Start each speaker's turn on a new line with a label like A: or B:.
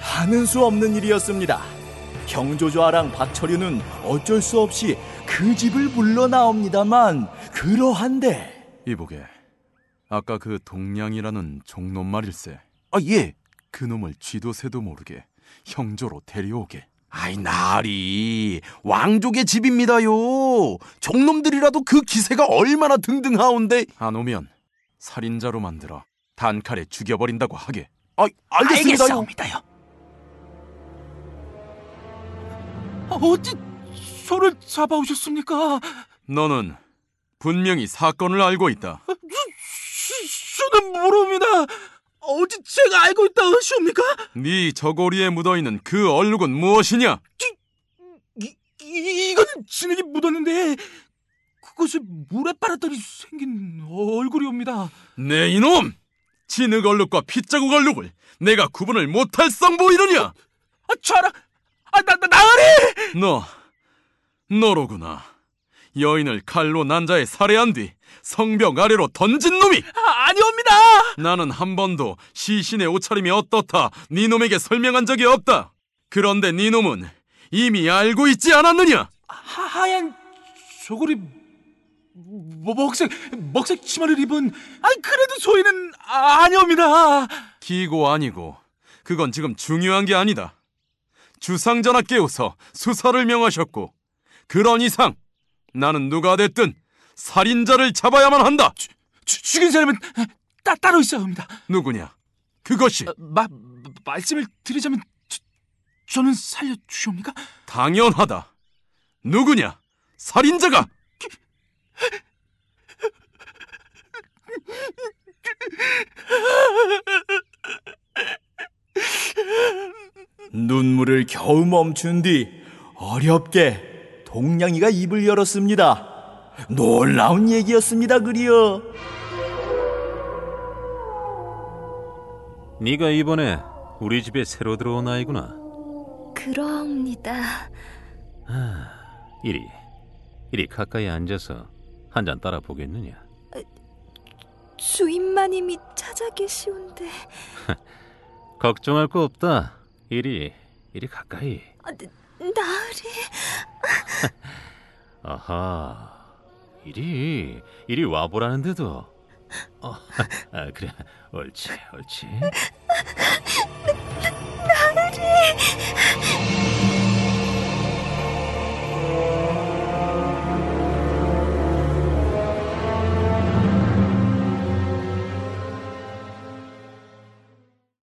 A: 하는 수 없는 일이었습니다. 경조조아랑 박철윤은 어쩔 수 없이 그 집을 물러나옵니다만 그러한데
B: 이보게. 아까 그 동량이라는 종놈 말일세.
C: 아, 예.
B: 그놈을 쥐도 새도 모르게 형조로 데려오게.
C: 아이, 나리. 왕족의 집입니다요. 종놈들이라도 그 기세가 얼마나 등등하온데.
B: 안 오면 살인자로 만들어 단칼에 죽여버린다고 하게.
C: 아, 알겠습니다요.
A: 알겠습니다요.
D: 아, 어찌 소를 잡아오셨습니까?
B: 너는 분명히 사건을 알고 있다.
D: 저는 모릅니다. 어찌 제가 알고 있다 하십니까?
B: 네 저고리에 묻어있는 그 얼룩은 무엇이냐?
D: 이, 이, 이건 진흙이 묻었는데 그것이 물에 빨았더니 생긴 얼굴이옵니다. 아,
B: 내 이놈! 진흙 얼룩과 핏자국 얼룩을 내가 구분을 못할 성보이느냐?
D: 아, 저라, 아, 나, 나, 나으리!
B: 너, 너로구나. 여인을 칼로 난자에 살해한 뒤 성벽 아래로 던진 놈이!
D: 아, 아니옵니다!
B: 나는 한 번도 시신의 옷차림이 어떻다 네 놈에게 설명한 적이 없다. 그런데 네 놈은 이미 알고 있지 않았느냐?
D: 하, 하얀 저고리 뭐, 먹색, 먹색 치마를 입은, 아니, 그래도 소인은 아, 아니옵니다.
B: 기고 아니고 그건 지금 중요한 게 아니다. 주상전하 깨우서 수사를 명하셨고 그런 이상 나는 누가 됐든 살인자를 잡아야만 한다.
D: 죽- 죽인 사람은 따, 따로 있어야 합니다.
B: 누구냐? 그것이
D: 마, 말씀을 드리자면 저, 저는 살려주시옵니까?
B: 당연하다. 누구냐? 살인자가
A: 눈물을 겨우 멈춘 뒤 어렵게 동냥이가 입을 열었습니다. 놀라운 얘기였습니다, 그리여.
E: 네가 이번에 우리 집에 새로 들어온 아이구나.
F: 그러옵니다.
E: 이리, 이리 가까이 앉아서 한 잔 따라 보겠느냐?
F: 주인만 이미 찾아 계시온데. 어,
E: 걱정할 거 없다. 이리, 이리 가까이.
F: 아, 나- 나으리.
E: 아하, 이리, 이리 와보라는데도. 어, 아, 그래, 옳지, 옳지.